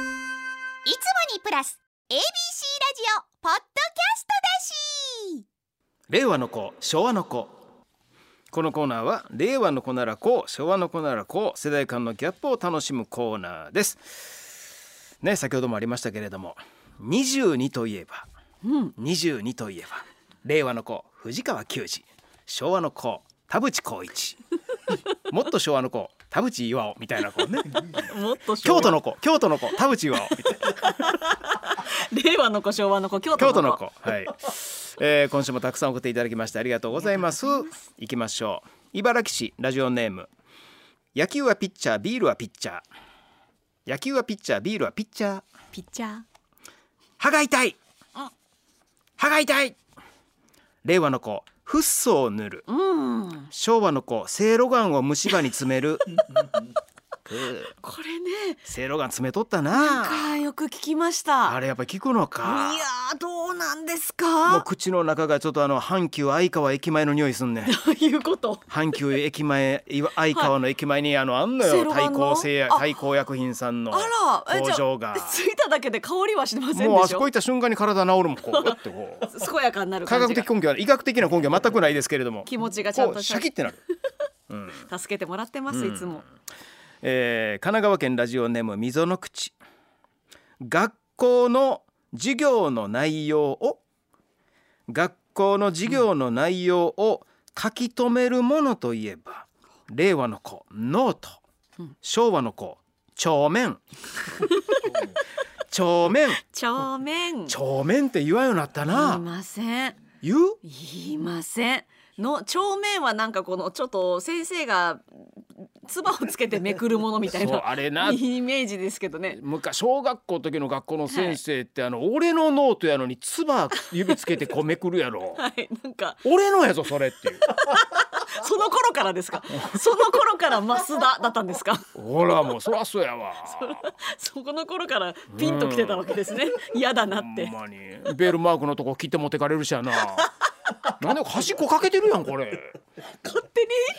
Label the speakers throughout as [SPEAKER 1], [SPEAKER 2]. [SPEAKER 1] いつもにプラス ABC ラジオポッドキャストだし
[SPEAKER 2] 令和の子昭和の子このコーナーは令和の子ならこう昭和の子ならこう世代間のギャップを楽しむコーナーですね先ほどもありましたけれども22といえば、22といえば令和の子藤川球児昭和の子田淵光一もっと昭和の子田淵岩尾みたいな子ね
[SPEAKER 3] もっと昭和
[SPEAKER 2] 京都の子京都の子田淵岩尾みたいな
[SPEAKER 3] 令和の子昭和の子京
[SPEAKER 2] 京
[SPEAKER 3] 都
[SPEAKER 2] 都
[SPEAKER 3] の
[SPEAKER 2] の
[SPEAKER 3] 子
[SPEAKER 2] 子はい、えー、今週もたくさん送っていただきましてありがとうございます行きましょう茨城市ラジオネーム野球はピッチャービールはピッチャー野球はピッチャービールはピッチャー
[SPEAKER 3] ピッチャー
[SPEAKER 2] 歯が痛い
[SPEAKER 3] あ
[SPEAKER 2] 歯が痛い令和の子フッ素を塗る
[SPEAKER 3] うん
[SPEAKER 2] 昭和の子セいろがんを虫歯に詰 めるくー
[SPEAKER 3] これね
[SPEAKER 2] セいろがん詰めとった
[SPEAKER 3] なん
[SPEAKER 2] な
[SPEAKER 3] かよく聞きました
[SPEAKER 2] あれやっぱ効くの
[SPEAKER 3] い
[SPEAKER 2] か
[SPEAKER 3] やーどうなんです
[SPEAKER 2] もう
[SPEAKER 3] か
[SPEAKER 2] 口の中がちょっとあの阪急相川駅前の匂いすんねん
[SPEAKER 3] ということ
[SPEAKER 2] 阪急駅前いわ相川の駅前にあのあんのよ、
[SPEAKER 3] セロハン
[SPEAKER 2] 対
[SPEAKER 3] の
[SPEAKER 2] 抗製薬
[SPEAKER 3] あ
[SPEAKER 2] 対抗薬品さんの
[SPEAKER 3] あらえ
[SPEAKER 2] 工
[SPEAKER 3] じゃ
[SPEAKER 2] 場が
[SPEAKER 3] あついただけで香りはしませんでしょ
[SPEAKER 2] もうあそこ行った瞬間に体治るもんこうグッて こう
[SPEAKER 3] 健やかになる
[SPEAKER 2] 科
[SPEAKER 3] 感
[SPEAKER 2] 学
[SPEAKER 3] じが
[SPEAKER 2] 的根拠は医学的な根拠は全くないですけ れども
[SPEAKER 3] 気持ちがちゃん
[SPEAKER 2] ことうシャキってなる、うん
[SPEAKER 3] 助けてもらってます、
[SPEAKER 2] うん
[SPEAKER 3] いつも
[SPEAKER 2] えー神奈川県ラジオネーム溝の口学校の授業の内容を学校の授業の内容を書き留めるものといえば、令和の子ノート、
[SPEAKER 3] うん
[SPEAKER 2] 昭和の子帳面帳面
[SPEAKER 3] 帳面
[SPEAKER 2] 帳面って言わんようになった
[SPEAKER 3] 言い
[SPEAKER 2] な
[SPEAKER 3] ません
[SPEAKER 2] 言う
[SPEAKER 3] 言いませんの帳面はなんかこのちょっと先生が唾をつけてめくるものみたい
[SPEAKER 2] そう
[SPEAKER 3] な
[SPEAKER 2] あれな
[SPEAKER 3] イメージですけどね
[SPEAKER 2] 昔小学校の時の学校の先生って、あの俺のノートやのに唾指つけてこうめくるやろ
[SPEAKER 3] はいなんか
[SPEAKER 2] 俺のやぞそれっていう
[SPEAKER 3] その頃からですかその頃から増田だったんですか
[SPEAKER 2] ほらもうそらそうやわ
[SPEAKER 3] そこの頃からピンときてたわけですね嫌だなっ
[SPEAKER 2] ほ
[SPEAKER 3] て
[SPEAKER 2] んまにベルマークのとこ切って持ってかれるしやななんで端っこかけてるやんこれ
[SPEAKER 3] 勝手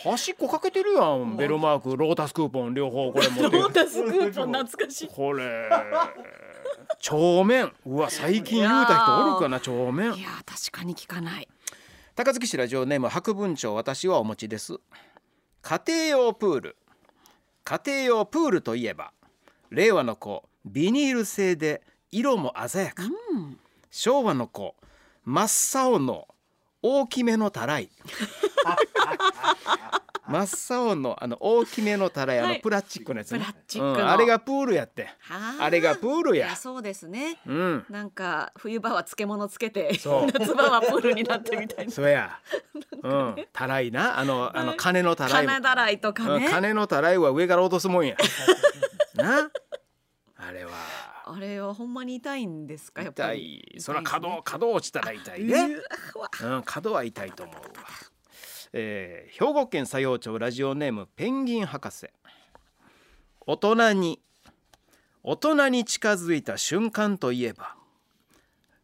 [SPEAKER 2] 端っこかけてるやんベルマークロータスクーポン両方これ持っ
[SPEAKER 3] にロー
[SPEAKER 2] て
[SPEAKER 3] タスクーポン懐かしい
[SPEAKER 2] これ帳面うわ最近言うた人おるかな帳面
[SPEAKER 3] いやー確かに聞かない
[SPEAKER 2] 高槻市ラジオネーム白文鳥私はお持ちです家庭用プール家庭用プールといえば令和の子ビニール製で色も鮮やか、
[SPEAKER 3] うん
[SPEAKER 2] 昭和の子真っ青の大きめの たらい真っ青のあの大きめのたらい、あ
[SPEAKER 3] は
[SPEAKER 2] の
[SPEAKER 3] い
[SPEAKER 2] プラスチックのやつ、ね、
[SPEAKER 3] プラスチックの
[SPEAKER 2] うんあれがプールやって
[SPEAKER 3] はー
[SPEAKER 2] あれがプール
[SPEAKER 3] い
[SPEAKER 2] や
[SPEAKER 3] やそうですね
[SPEAKER 2] うん
[SPEAKER 3] なんか冬場は漬物つけて
[SPEAKER 2] そう
[SPEAKER 3] 夏場はプールになってみ たいな
[SPEAKER 2] そや、うんたらいなあのあの金のたらいも
[SPEAKER 3] 金だらいとか
[SPEAKER 2] うん
[SPEAKER 3] ね
[SPEAKER 2] 金のたらいは上から落とすもんやなあれは
[SPEAKER 3] あれはほんまに痛いんですかやっぱ
[SPEAKER 2] 痛
[SPEAKER 3] り
[SPEAKER 2] いそりゃ角
[SPEAKER 3] ね
[SPEAKER 2] 角落ちたら痛いね
[SPEAKER 3] うわ
[SPEAKER 2] うん角は痛いと思うわ、えー兵庫県佐用町ラジオネームペンギン博士大人に大人に近づいた瞬間といえば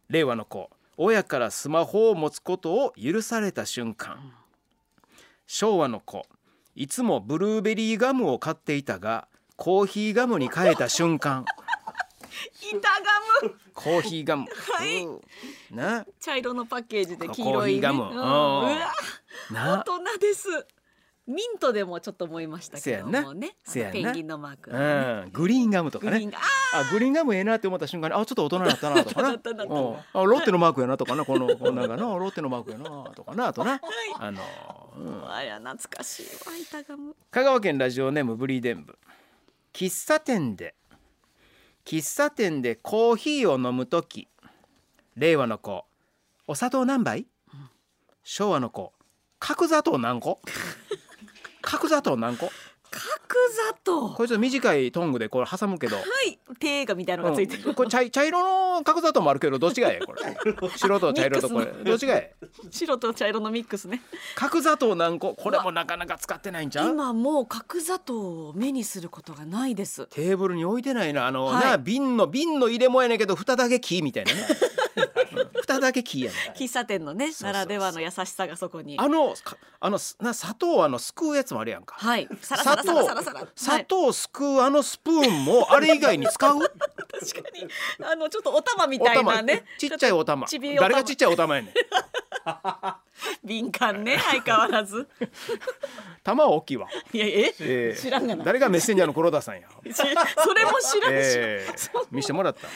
[SPEAKER 2] 令和の子親からスマホを持つことを許された瞬間昭和の子いつもブルーベリーガムを買っていたがコーヒーガムに変えた瞬間
[SPEAKER 3] 板ガム
[SPEAKER 2] コーヒーガム、
[SPEAKER 3] はい
[SPEAKER 2] うんな
[SPEAKER 3] 茶色のパッケージで黄色いね
[SPEAKER 2] コーヒーガム
[SPEAKER 3] うん
[SPEAKER 2] うん
[SPEAKER 3] うわ大
[SPEAKER 2] な
[SPEAKER 3] 人ですミントでもちょっと思いましたけどもね
[SPEAKER 2] せやんな
[SPEAKER 3] あのペンギンのマーク、
[SPEAKER 2] うん、グリーンガムとか
[SPEAKER 3] グ
[SPEAKER 2] ね
[SPEAKER 3] リーンがあ
[SPEAKER 2] あグリーンガムええなって思った瞬間にあちょっと大人になった なとかな
[SPEAKER 3] なったなったな
[SPEAKER 2] うんあロッテのマークやなとかなこのこんなんがなロッテの マークやなとかなあとなあの、うん
[SPEAKER 3] ーあれは懐かしいわ板ガム
[SPEAKER 2] 香川県ラジオネームブリーデンブ喫茶店で喫茶店でコーヒーを飲むとき令和の子お砂糖何杯昭和の子角砂糖何個角砂糖何個
[SPEAKER 3] 角砂糖
[SPEAKER 2] こ
[SPEAKER 3] は
[SPEAKER 2] れちょっと短いトングでこれ挟むけど
[SPEAKER 3] い手がみたいなのがついてる、
[SPEAKER 2] うんこれ茶い茶色の角砂糖もあるけどどっちがええこれ 白と茶色とこれ
[SPEAKER 3] ミックスの
[SPEAKER 2] どっちがええ
[SPEAKER 3] 白と茶色のミックスね
[SPEAKER 2] 角砂糖何個これもなかなか使ってないんちゃう
[SPEAKER 3] 今もう角砂糖を目にすることがないです
[SPEAKER 2] テーブルに置いてないなあの、
[SPEAKER 3] はい
[SPEAKER 2] な瓶の瓶の入れもやねんけど蓋だけ木みたいなね うん蓋だけ木やねん
[SPEAKER 3] 喫茶店のね
[SPEAKER 2] そうそう
[SPEAKER 3] ならではの優しさがそこに
[SPEAKER 2] あのかあのすな砂糖あのすくうやつもあるやんか
[SPEAKER 3] はいサラサラサラサラサラ
[SPEAKER 2] 砂糖すくうあのスプーンもあれ以外に使う
[SPEAKER 3] はい、確かにあのちょっとお玉みたいなね
[SPEAKER 2] ちっちゃいお玉
[SPEAKER 3] ちびお玉
[SPEAKER 2] 誰がちっちゃいお玉やねん
[SPEAKER 3] 敏感ね相変わらず
[SPEAKER 2] 玉は大きいわ、
[SPEAKER 3] いやえ、
[SPEAKER 2] えー
[SPEAKER 3] 知らんがな
[SPEAKER 2] 誰がメッセンジャーの黒田さん
[SPEAKER 3] し
[SPEAKER 2] や、
[SPEAKER 3] それも知らんし、え
[SPEAKER 2] えー、見してもらった
[SPEAKER 3] ー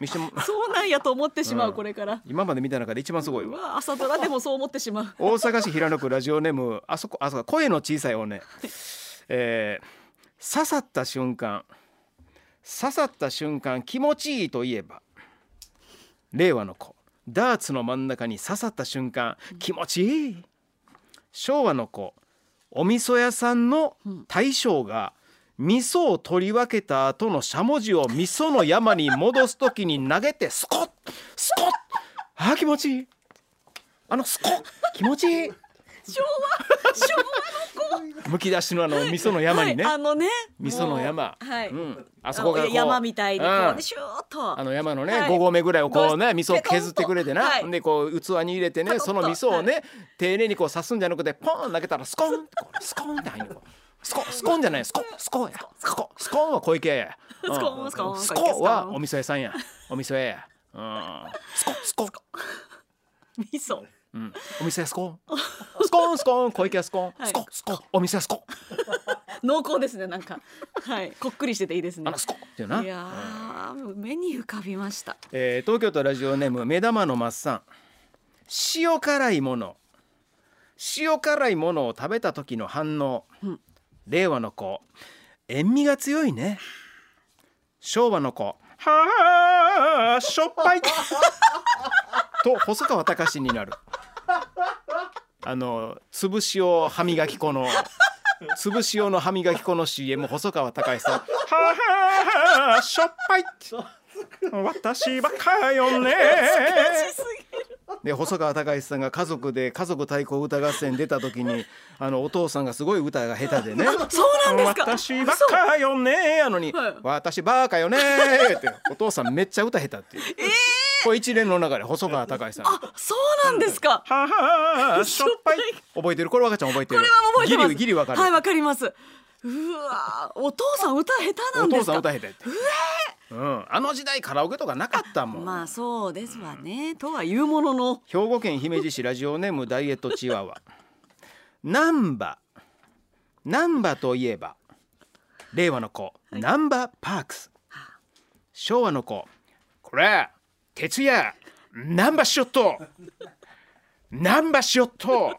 [SPEAKER 2] 見しても
[SPEAKER 3] そうなんやと思ってしまう、
[SPEAKER 2] うん
[SPEAKER 3] これから
[SPEAKER 2] 今まで見た中で一番すごいうわ
[SPEAKER 3] わ朝ドラでもそう思ってしまう
[SPEAKER 2] 大阪市平野区ラジオネームあそこあそこ声の小さいおね、えー、刺さった瞬間刺さった瞬間気持ちいいといえば令和の子ダーツの真ん中に刺さった瞬間気持ちいい昭和の子お味噌屋さんの大将が味噌を取り分けた後のしゃもじを味噌の山に戻す時に投げてスコッスコッあー気持ちいいあのスコッ気持ちいい
[SPEAKER 3] 昭和昭
[SPEAKER 2] むき出しのあの味噌の
[SPEAKER 3] 和
[SPEAKER 2] 山にね、
[SPEAKER 3] はい、あのね
[SPEAKER 2] 味噌の山、
[SPEAKER 3] もうはい、
[SPEAKER 2] うん、あそこがこ
[SPEAKER 3] あ
[SPEAKER 2] う
[SPEAKER 3] の山みたいにこうね、
[SPEAKER 2] うん
[SPEAKER 3] シューッと
[SPEAKER 2] あの山のね、
[SPEAKER 3] はい
[SPEAKER 2] 5合目ぐらいをこうね
[SPEAKER 3] ご
[SPEAKER 2] 味噌を削ってくれてな、
[SPEAKER 3] はい
[SPEAKER 2] でこう器に入れてね
[SPEAKER 3] パコッと
[SPEAKER 2] その味噌をね、丁寧にこう刺すんじゃなくてポーン投げたらスコーンってこうスコーンって入るのスコスコーンじゃないスコスコーンやスコスコーンは小池や、うん
[SPEAKER 3] スコーンスコーン
[SPEAKER 2] スコーンはお味噌屋さんやお味噌屋や、うん、スコスコーン
[SPEAKER 3] 味噌
[SPEAKER 2] うん、お店スコーンスコーンスコーン小池はスコーン、
[SPEAKER 3] はい
[SPEAKER 2] スコスコーンお店スコーン
[SPEAKER 3] 濃厚ですねなんかはいこっくりしてていいですね
[SPEAKER 2] あのスコーンっていうない
[SPEAKER 3] やーもう目に浮かびました
[SPEAKER 2] えー東京都ラジオネーム目玉のマッサン塩辛いもの塩辛いものを食べた時の反応、
[SPEAKER 3] うん
[SPEAKER 2] 令和の子塩味が強いね昭和の子はあしょっぱいと細川隆史になるあの潰しを歯磨き粉の潰し用の歯磨き粉の CM 細川隆史さんはあはあしょっぱい私ばっかよね
[SPEAKER 3] すぎる
[SPEAKER 2] で細川隆史さんが家族で家族対抗歌合戦出た時にあのお父さんがすごい歌が下手でね
[SPEAKER 3] そうなんですか
[SPEAKER 2] 私ばっかよねやのに、
[SPEAKER 3] はい
[SPEAKER 2] 私ばっかよねってお父さんめっちゃ歌下手っていう、これ一連の中で細川隆史さんは
[SPEAKER 3] 嘘そうなんですか
[SPEAKER 2] あはあしょっぱい覚えてるこれ若ちゃん覚えて
[SPEAKER 3] こ
[SPEAKER 2] る
[SPEAKER 3] れは覚えてます
[SPEAKER 2] ギリギリわかる、
[SPEAKER 3] はいわかりますうわーお父さん歌下手な
[SPEAKER 2] お
[SPEAKER 3] んで
[SPEAKER 2] 父
[SPEAKER 3] すか
[SPEAKER 2] さん歌下手ってうん、あの時代カラオケとかなかったもん、
[SPEAKER 3] まあそうですわね、とは言うものの
[SPEAKER 2] 兵庫県姫路市ラジオネームダイエットチワワ難波難波といえば令和の子難波パークス昭和の子これ徹夜難波しよっと難波しよっと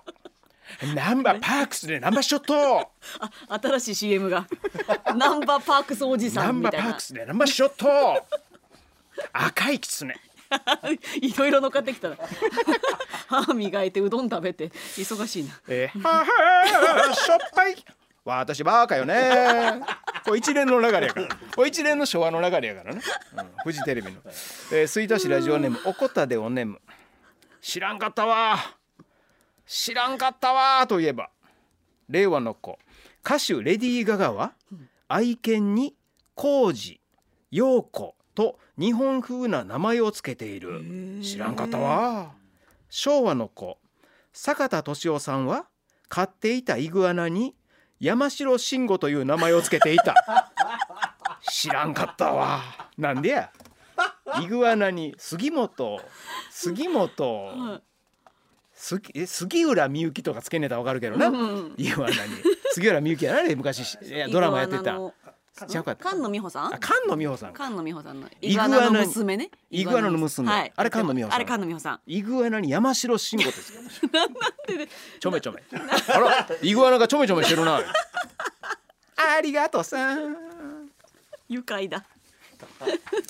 [SPEAKER 2] 難波パークスで難波しよっ と
[SPEAKER 3] あ新しい CM が ナンバーパークスおじさ
[SPEAKER 2] ナン
[SPEAKER 3] んみ
[SPEAKER 2] バ
[SPEAKER 3] た
[SPEAKER 2] ー
[SPEAKER 3] い
[SPEAKER 2] パー
[SPEAKER 3] な
[SPEAKER 2] クスでナンバーショッ ト赤いキツネ
[SPEAKER 3] いろいろ乗っかってきたら歯磨いてうどん食べて忙しいな
[SPEAKER 2] えー、ははしょっぱい私バカよねこれ一連の流れやからこれ一連の昭和の流れやからね、うん、フジテレビの、えー、吹田市ラジオネームおこたでおねむ知らんかったわ知らんかったわといえば令和の子歌手レディー・ガガは愛犬にコウジヨウコと日本風な名前をつけている知らんかったわ昭和の子坂田敏夫さんは飼っていたイグアナに山城慎吾という名前をつけてい た知らんかったわなんでやイグアナに杉本杉本杉え杉浦美幸とかつけねえたらわかるけどな、
[SPEAKER 3] うん
[SPEAKER 2] イグアナに杉浦美幸やなあれ昔いやドラマやって
[SPEAKER 3] イ
[SPEAKER 2] た
[SPEAKER 3] グアナの
[SPEAKER 2] 違うかった
[SPEAKER 3] 菅野美穂さん
[SPEAKER 2] あ菅野美穂さんか
[SPEAKER 3] 菅野美穂さんの
[SPEAKER 2] イ
[SPEAKER 3] イ
[SPEAKER 2] グ
[SPEAKER 3] グ
[SPEAKER 2] ア
[SPEAKER 3] ア
[SPEAKER 2] ナ
[SPEAKER 3] ナ
[SPEAKER 2] に
[SPEAKER 3] の娘ね
[SPEAKER 2] イグアナの娘
[SPEAKER 3] はい
[SPEAKER 2] あれ菅野美穂さん
[SPEAKER 3] あれ菅野美穂さん
[SPEAKER 2] イグアナに山城慎吾です よ。ちょめちょめ。あら、イグアナがちょめちょめしてるな。ありがとうさん。
[SPEAKER 3] 愉快 だ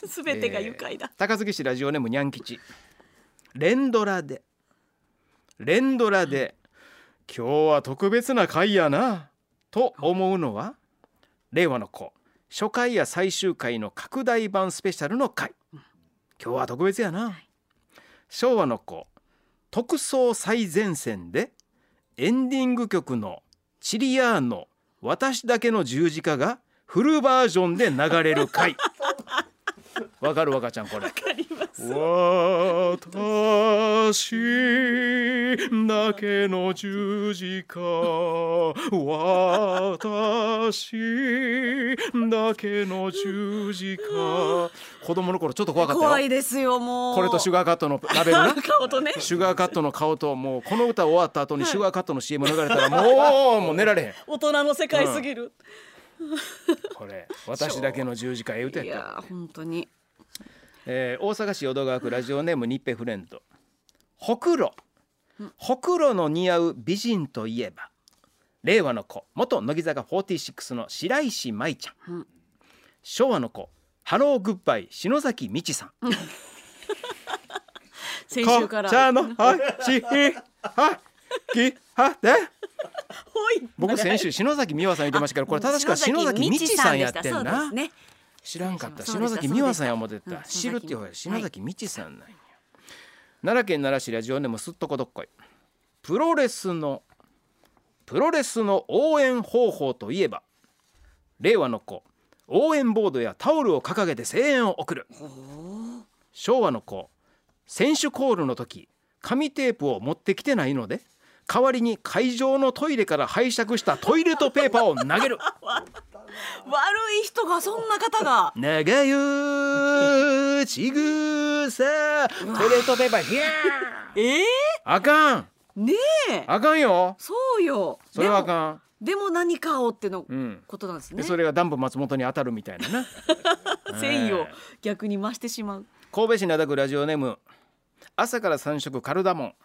[SPEAKER 3] すべてが愉快だ
[SPEAKER 2] え、ー高槻市ラジオネームにゃん吉。連ドラで。連ドラで。今日は特別な回やな。と思うのは。令和の子。初回や最終回の拡大版スペシャルの回。今日は特別やな。昭和の子。特捜最前線で。エンディング曲の。チリアーノ。私だけの十字架 が。フルバージョンで流れる回。わかるわかちゃんこれ。
[SPEAKER 3] わかります
[SPEAKER 2] 私だけの十字架私だけの十字架 子供の頃ちょっと怖かったよ
[SPEAKER 3] 怖いですよもう
[SPEAKER 2] これとシュガーカットのラベル
[SPEAKER 3] な
[SPEAKER 2] なん
[SPEAKER 3] か音ね
[SPEAKER 2] シュガーカットの顔ともうこの歌終わった後にシュガーカットの CM 流れたらもうもう寝られへん
[SPEAKER 3] 大人の世界すぎる、
[SPEAKER 2] これ私だけの十字架ええ歌
[SPEAKER 3] い
[SPEAKER 2] やった、
[SPEAKER 3] やー本当に
[SPEAKER 2] えー大阪市淀川区ラジオネームニッペフレンドほくろほくろの似合う美人といえば令和の子元乃木坂46の白石麻衣ちゃん、
[SPEAKER 3] うん
[SPEAKER 2] 昭和の子ハローグッバイ篠崎美智さん
[SPEAKER 3] 先週か
[SPEAKER 2] 紅
[SPEAKER 3] ら
[SPEAKER 2] 茶の味はきはで
[SPEAKER 3] ほい
[SPEAKER 2] 僕先週篠崎美和さん言ってましたけどこれ正しくは篠崎美智さんやってん
[SPEAKER 3] 篠崎美智さ
[SPEAKER 2] な、
[SPEAKER 3] んでしたそうですね
[SPEAKER 2] 知らんかっ
[SPEAKER 3] そ
[SPEAKER 2] た
[SPEAKER 3] うで
[SPEAKER 2] 篠
[SPEAKER 3] した
[SPEAKER 2] 崎美和さんや思ってた、
[SPEAKER 3] うん
[SPEAKER 2] 知るってほら
[SPEAKER 3] 篠
[SPEAKER 2] 篠
[SPEAKER 3] 崎
[SPEAKER 2] 崎美智さんなんや、奈良県奈良市ラジオネームすっとこどっこいプロレスのプロレスの応援方法といえば令和の子応援ボードやタオルを掲げて声援を送る昭和の子選手コールの時紙テープを持ってきてないので代わりに会場のトイレから拝借したトイレットペーパーを投げる
[SPEAKER 3] 悪い人がそんな方 が
[SPEAKER 2] 長よちぐさトイレットペーパーひゃー
[SPEAKER 3] ええ
[SPEAKER 2] あかん
[SPEAKER 3] ねえ
[SPEAKER 2] あかんよ
[SPEAKER 3] そうよ
[SPEAKER 2] それはあ
[SPEAKER 3] でも
[SPEAKER 2] か
[SPEAKER 3] でも何かをっての
[SPEAKER 2] んうん
[SPEAKER 3] ことなんです
[SPEAKER 2] で
[SPEAKER 3] ね、
[SPEAKER 2] それがダンプ松本に当たるみたいなな
[SPEAKER 3] 善意
[SPEAKER 2] え
[SPEAKER 3] を
[SPEAKER 2] え
[SPEAKER 3] 逆に増してしまう
[SPEAKER 2] 神戸市灘区ラジオネーム朝から三食カルダモン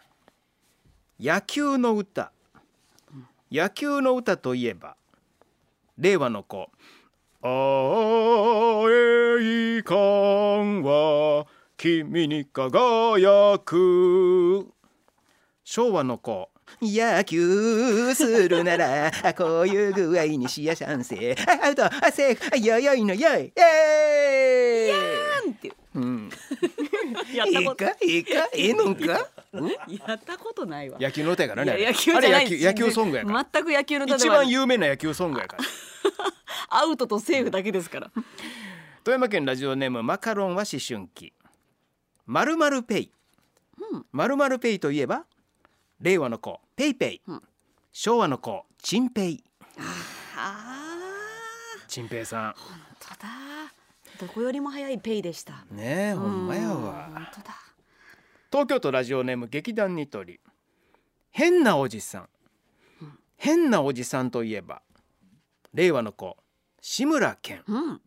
[SPEAKER 2] 野球の歌野球の歌といえば令和の子あえいかんは君に輝く昭和の子野球するならこういう具合にしやしゃんせアウトあセーフよいよいのよいイエーイ
[SPEAKER 3] なんて
[SPEAKER 2] うん
[SPEAKER 3] やった
[SPEAKER 2] いい
[SPEAKER 3] こと
[SPEAKER 2] かいいかええのんか
[SPEAKER 3] やったことないわ
[SPEAKER 2] 野球の歌やから
[SPEAKER 3] い
[SPEAKER 2] ね
[SPEAKER 3] や
[SPEAKER 2] あれ
[SPEAKER 3] 野球じゃない
[SPEAKER 2] あれ野球野球ソングやから
[SPEAKER 3] 全く野球の例えば
[SPEAKER 2] 一番有名な野球ソングやから
[SPEAKER 3] アウトとセーフだけですから
[SPEAKER 2] 富山県ラジオネームマカロンは思春期まるまるペイまるまるペイといえば令和の子ペイペイ、
[SPEAKER 3] うん
[SPEAKER 2] 昭和の子チンペイ
[SPEAKER 3] あ
[SPEAKER 2] チンペイさ
[SPEAKER 3] ー本当だどこよりも早いペイでした
[SPEAKER 2] んねえほんまやわ
[SPEAKER 3] うん本当だ
[SPEAKER 2] 東京都ラジオネーム劇団ニトリ変なおじさん変なおじさんといえば令和の子志村けん
[SPEAKER 3] うん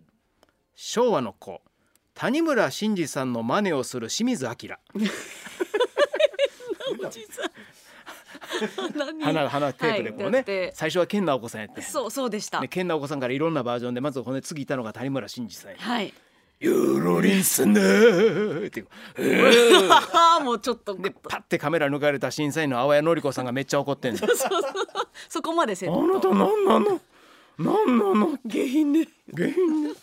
[SPEAKER 2] 昭和の子谷村新司さんの真似をする清水明
[SPEAKER 3] おじさん何
[SPEAKER 2] 花花テープでこうね、
[SPEAKER 3] はいだって
[SPEAKER 2] 最初は健直子さんやって
[SPEAKER 3] そうそうでした、
[SPEAKER 2] で健直子さんからいろんなバージョンでまず骨次いたのが谷村新司さんや
[SPEAKER 3] はい
[SPEAKER 2] 「ユーロリンスねー」っていうえ ー
[SPEAKER 3] もうちょっと
[SPEAKER 2] でパッてカメラ抜かれた審査員の青谷紀子さんがめっちゃ怒ってんの あ
[SPEAKER 3] そこまでせ
[SPEAKER 2] なた何なの何なの
[SPEAKER 3] 下品ね
[SPEAKER 2] 原因ね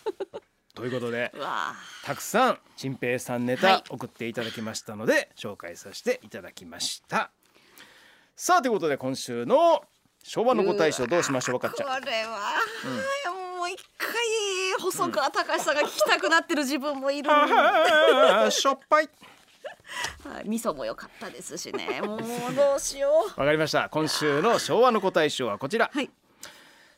[SPEAKER 2] ということで
[SPEAKER 3] うわ
[SPEAKER 2] たくさん陳平さんネ
[SPEAKER 3] は
[SPEAKER 2] タ
[SPEAKER 3] い
[SPEAKER 2] 送っていただきましたので、紹介させていただきましたさあということで今週の昭和のご大賞どうしましょう
[SPEAKER 3] ー
[SPEAKER 2] かっ
[SPEAKER 3] こ
[SPEAKER 2] ち
[SPEAKER 3] れ
[SPEAKER 2] ゃん
[SPEAKER 3] は、もう一回細川隆さんが聞きたくなってる自分もいるのに、
[SPEAKER 2] あー しょっぱい
[SPEAKER 3] はい味噌も良かったですし ねもうどうしよう
[SPEAKER 2] わかりました今週の昭和のご大賞はこちら、
[SPEAKER 3] はい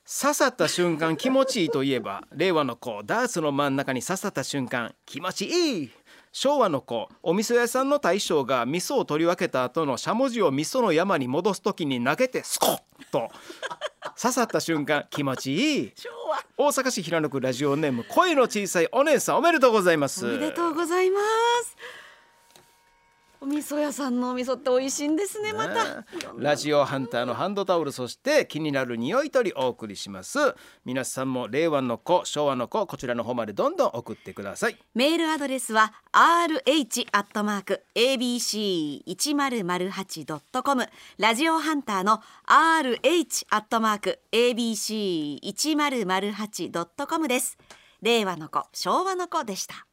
[SPEAKER 2] 刺さった瞬間気持ちいいといえば 令和の子ダーツの真ん中に刺さった瞬間気持ちいい昭和の子お味噌屋さんの大将が味噌を取り分けた後のしゃもじを味噌の山に戻す時に投げてスコッと刺さった瞬間気持ちいい
[SPEAKER 3] 昭和
[SPEAKER 2] 大阪市平野区ラジオネーム声の小さいお姉さんおめでとうございます
[SPEAKER 3] おめでとうございますお味噌屋さんのお味噌って美味しいんですねまた
[SPEAKER 2] ねラジオハンターのハンドタオルそして気になる匂い取りお送りします皆さんも令和の子昭和の子こちらの方までどんどん送ってください
[SPEAKER 3] メールアドレスは rh アットマーク abc 一0 0 8ドットコムラジオハンターの rh アットマーク abc 一0 0 8ドットコムです。令和の子、昭和の子でした。